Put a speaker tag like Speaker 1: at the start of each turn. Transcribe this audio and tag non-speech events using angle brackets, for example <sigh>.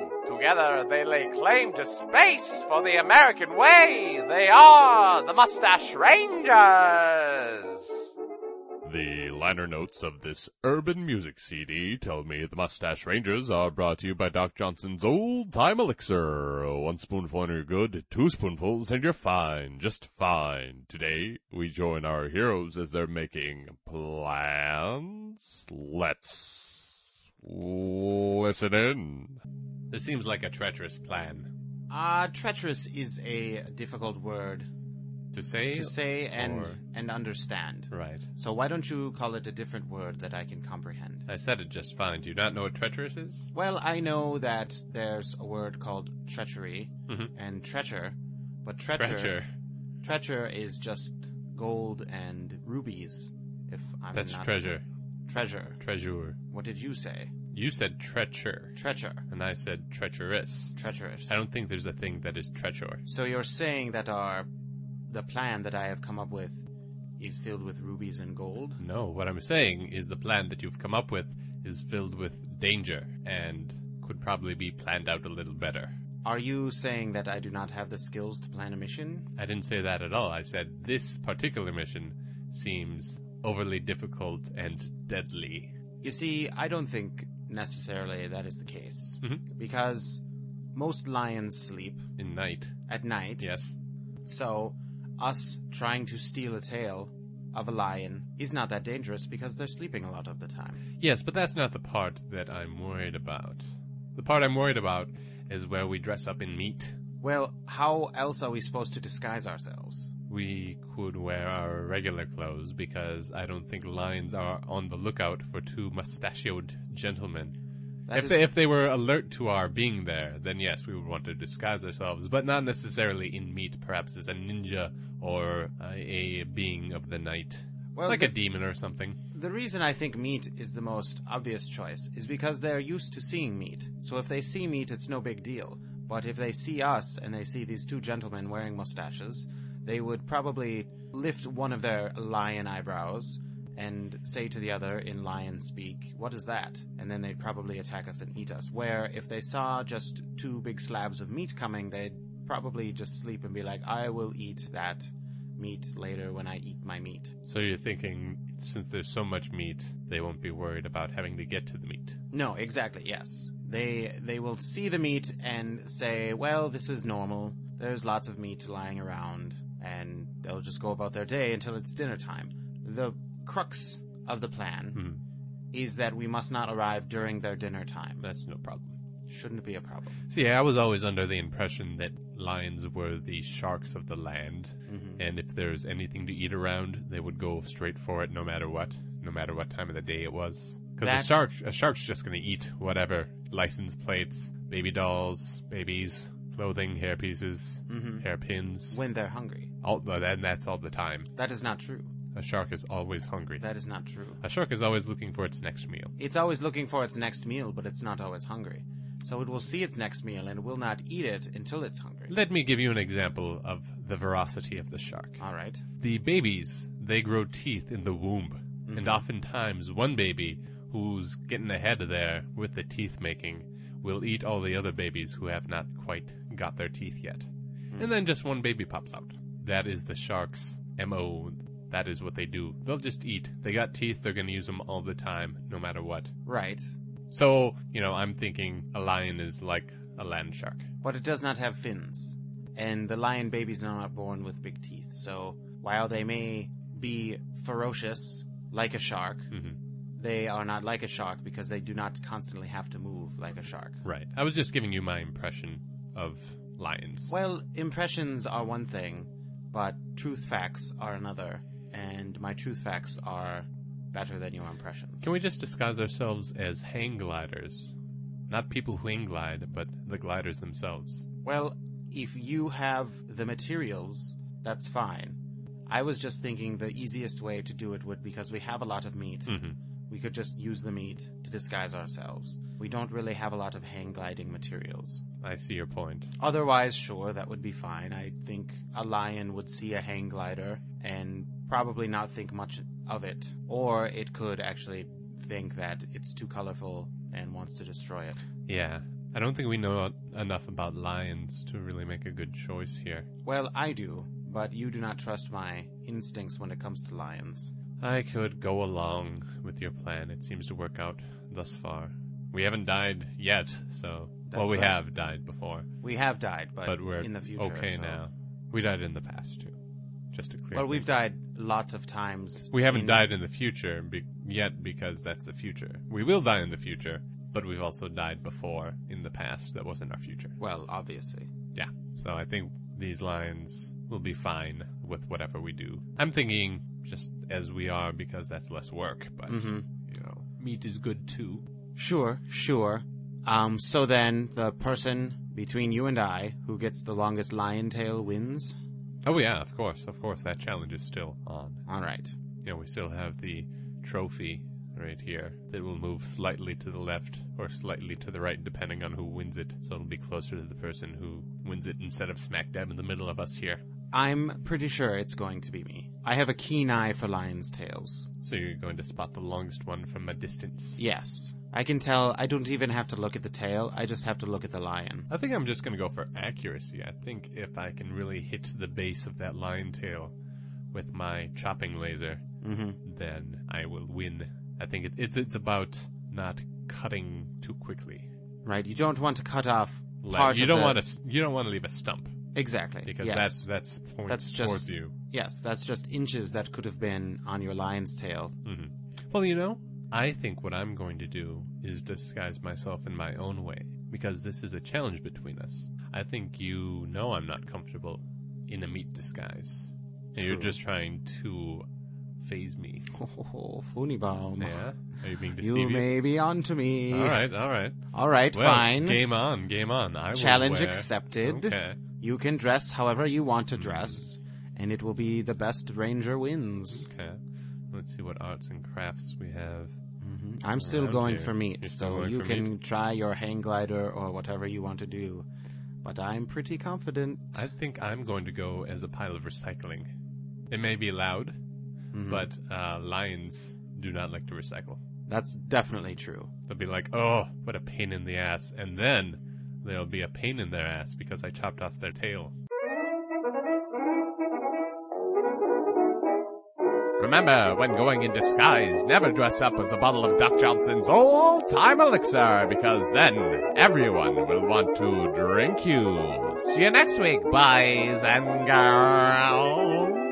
Speaker 1: Together they lay claim to space for the American way. They are the Mustache Rangers.
Speaker 2: The liner notes of this urban music CD tell me the Mustache Rangers are brought to you by Doc Johnson's Old Time Elixir. One spoonful and you're good, two spoonfuls and you're fine, just fine. Today, we join our heroes as they're making plans. Let's listen in.
Speaker 3: This seems like a treacherous plan
Speaker 4: Uh, treacherous is a difficult word
Speaker 3: to say.
Speaker 4: to say and
Speaker 3: or-
Speaker 4: and understand.
Speaker 3: Right.
Speaker 4: So why don't you call it a different word that I can comprehend?
Speaker 3: I said it just fine. Do you not know what treacherous is?
Speaker 4: Well, I know that there's a word called treachery
Speaker 3: Mhm.
Speaker 4: and treacher, but treacher
Speaker 3: Treacher.
Speaker 4: treacher is just gold and rubies. If I'm
Speaker 3: That's
Speaker 4: not
Speaker 3: treasure.
Speaker 4: treasure.
Speaker 3: Treasure.
Speaker 4: What did you say?
Speaker 3: You said treacher,
Speaker 4: Treacher,
Speaker 3: and I said treacherous.
Speaker 4: treacherous.
Speaker 3: I don't think there's a thing that is treacher.
Speaker 4: So you're saying that our the plan that I have come up with is filled with rubies and gold?
Speaker 3: No, what I'm saying is the plan that you've come up with is filled with danger and could probably be planned out a little better.
Speaker 4: Are you saying that I do not have the skills to plan a mission?
Speaker 3: I didn't say that at all. I said this particular mission seems overly difficult and deadly.
Speaker 4: You see, I don't think necessarily that is the case.
Speaker 3: Mhm.
Speaker 4: Because most lions sleep
Speaker 3: In night.
Speaker 4: at night,
Speaker 3: Yes.
Speaker 4: so us trying to steal a tail of a lion is not that dangerous because they're sleeping a lot of the time.
Speaker 3: Yes, but that's not the part that I'm worried about. The part I'm worried about is where we dress up in meat.
Speaker 4: Well, how else are we supposed to disguise ourselves?
Speaker 3: We could wear our regular clothes because I don't think lions are on the lookout for two mustachioed gentlemen.
Speaker 4: That
Speaker 3: If
Speaker 4: is-
Speaker 3: they, if they were alert to our being there, then yes, we would want to disguise ourselves, but not necessarily in meat, perhaps as a ninja or uh, a being of the night.
Speaker 4: Well,
Speaker 3: like
Speaker 4: the-
Speaker 3: a demon or something.
Speaker 4: The reason I think meat is the most obvious choice is because they're used to seeing meat. So if they see meat, it's no big deal. But if they see us and they see these two gentlemen wearing mustaches, they would probably lift one of their lion eyebrows and say to the other in lion speak, What is that? And then they'd probably attack us and eat us. Where if they saw just two big slabs of meat coming, they'd probably just sleep and be like, I will eat that meat later when I eat my meat.
Speaker 3: So you're thinking, since there's so much meat, they won't be worried about having to get to the meat.
Speaker 4: No, exactly. Yes, they they will see the meat and say, "Well, this is normal. There's lots of meat lying around," and they'll just go about their day until it's dinner time. The crux of the plan
Speaker 3: Hmm.
Speaker 4: is that we must not arrive during their dinner time.
Speaker 3: That's no problem.
Speaker 4: Shouldn't be a problem.
Speaker 3: See, I was always under the impression that lions were the sharks of the land,
Speaker 4: Mm-hmm.
Speaker 3: and if there's anything to eat around, they would go straight for it no matter what, no matter what time of the day it was. Because
Speaker 4: That's-
Speaker 3: a shark, a shark's just gonna eat whatever license plates, baby dolls, babies, clothing, hair pieces, hairpins.
Speaker 4: Mm-hmm. When they're hungry,
Speaker 3: All, and that's all the time.
Speaker 4: that is not true.
Speaker 3: A shark is always hungry.
Speaker 4: That is not true.
Speaker 3: A shark is always looking for its next meal.
Speaker 4: It's always looking for its next meal, but it's not always hungry. So it will see its next meal and it will not eat it until it's hungry.
Speaker 3: Let me give you an example of the veracity of the shark.
Speaker 4: All right.
Speaker 3: The babies, they grow teeth in the womb, and oftentimes one baby who's getting ahead of there with the teeth making will eat all the other babies who have not quite got their teeth yet. And then just one baby pops out. That is the shark's MO. That is what they do. They'll just eat. They got teeth, they're going to use them all the time, no matter what.
Speaker 4: Right.
Speaker 3: So, you know, I'm thinking a lion is like a land shark.
Speaker 4: but it does not have fins. And the lion babies are not born with big teeth, so while they may be ferocious like a shark, they are not like a shark because they do not constantly have to move like a shark.
Speaker 3: Right. I was just giving you my impression of lions.
Speaker 4: Well, impressions are one thing, but truth facts are another, and my truth facts are better than your impressions.
Speaker 3: Can we just disguise ourselves as hang gliders? Not people who hang glide, but the gliders themselves.
Speaker 4: Well, if you have the materials that's fine. I was just thinking the easiest way to do it would because we have a lot of meat.
Speaker 3: Mhm.
Speaker 4: We could just use the meat to disguise ourselves. We don't really have a lot of hang gliding materials.
Speaker 3: I see your point.
Speaker 4: Otherwise, sure, that would be fine. I think a lion would see a hang glider and probably not think much of it. Or it could actually think that it's too colorful and wants to destroy it.
Speaker 3: Yeah. I don't think we know enough about lions to really make a good choice here.
Speaker 4: Well, I do, but you do not trust my instincts when it comes to lions.
Speaker 3: I could go along with your plan. It seems to work out thus far. We haven't died yet, so. well,
Speaker 4: That's
Speaker 3: we
Speaker 4: right.
Speaker 3: have died before,
Speaker 4: We have died, but,
Speaker 3: but, we're
Speaker 4: in the future.
Speaker 3: okay
Speaker 4: so-
Speaker 3: now. We died in the past, too. Just to clear.
Speaker 4: Well, we've
Speaker 3: things
Speaker 4: died lots of times.
Speaker 3: We haven't
Speaker 4: in-
Speaker 3: died in the future be- yet because that's the future. We will die in the future, but we've also died before in the past that wasn't our future.
Speaker 4: Well, obviously.
Speaker 3: Yeah. So I think these lines will be fine with whatever we do. I'm thinking just as we are because that's less work, but
Speaker 4: Mhm.
Speaker 3: you know, Mm-hmm. meat is good too.
Speaker 4: Sure, sure. Um, so then the person between you and I who gets the longest lion tail wins?
Speaker 3: Oh yeah, of course, of course that challenge is still on.
Speaker 4: All right.
Speaker 3: You know, we still have the trophy right here that will move slightly to the left or slightly to the right depending on who wins it. So it'll be closer to the person who wins it instead of smack dab in the middle of us here.
Speaker 4: I'm pretty sure it's going to be me. I have a keen eye for lion's tails.
Speaker 3: So you're going to spot the longest one from a distance.
Speaker 4: Yes. I can tell I don't even have to look at the tail, I just have to look at the lion.
Speaker 3: I think I'm just going to go for accuracy. I think if I can really hit the base of that lion tail with my chopping laser,
Speaker 4: Mhm.
Speaker 3: then I will win. I think it, it's it's about not cutting too quickly.
Speaker 4: Right? You don't want to cut off
Speaker 3: Like,
Speaker 4: part
Speaker 3: you
Speaker 4: of
Speaker 3: don't
Speaker 4: the-
Speaker 3: want to you don't want to leave a stump
Speaker 4: Exactly.
Speaker 3: because
Speaker 4: yes.
Speaker 3: that's that's points
Speaker 4: That's just-
Speaker 3: towards you.
Speaker 4: Yes, that's just inches that could have been on your lion's
Speaker 3: <laughs>
Speaker 4: tail.
Speaker 3: hmm Well, you know, I think what I'm going to do is disguise myself in my own way because this is a challenge between us. I think you know I'm not comfortable in a meat disguise, and you're
Speaker 4: True.
Speaker 3: just trying to
Speaker 4: <laughs>
Speaker 3: phase me.
Speaker 4: Oh, Funibom.
Speaker 3: Yeah, are you being
Speaker 4: You
Speaker 3: deceiving?
Speaker 4: may be onto me.
Speaker 3: All right,
Speaker 4: <laughs>
Speaker 3: all right.
Speaker 4: All right,
Speaker 3: Well,
Speaker 4: fine.
Speaker 3: Game on, game on. I will
Speaker 4: Challenge
Speaker 3: wear-
Speaker 4: accepted.
Speaker 3: Okay.
Speaker 4: You can dress however you want to dress,
Speaker 3: Mm-hmm.
Speaker 4: and it will be the best ranger wins.
Speaker 3: Okay. Let's see what arts and crafts we have.
Speaker 4: I'm still
Speaker 3: Mm-hmm. Okay.
Speaker 4: going for meat,
Speaker 3: You're still
Speaker 4: so
Speaker 3: going
Speaker 4: you
Speaker 3: for
Speaker 4: can try your hang glider or whatever you want to do. But I'm pretty confident.
Speaker 3: I think I'm going to go as a pile of recycling. It may be loud, but uh, lions do not like to recycle.
Speaker 4: That's definitely true.
Speaker 3: They'll be like, oh, what a pain in the ass. And then there'll be a pain in their ass because I chopped off their tail.
Speaker 1: Remember, when going in disguise, never dress up as a bottle of Doc Johnson's old time elixir, because then everyone will want to drink you. See you next week, boys and girls.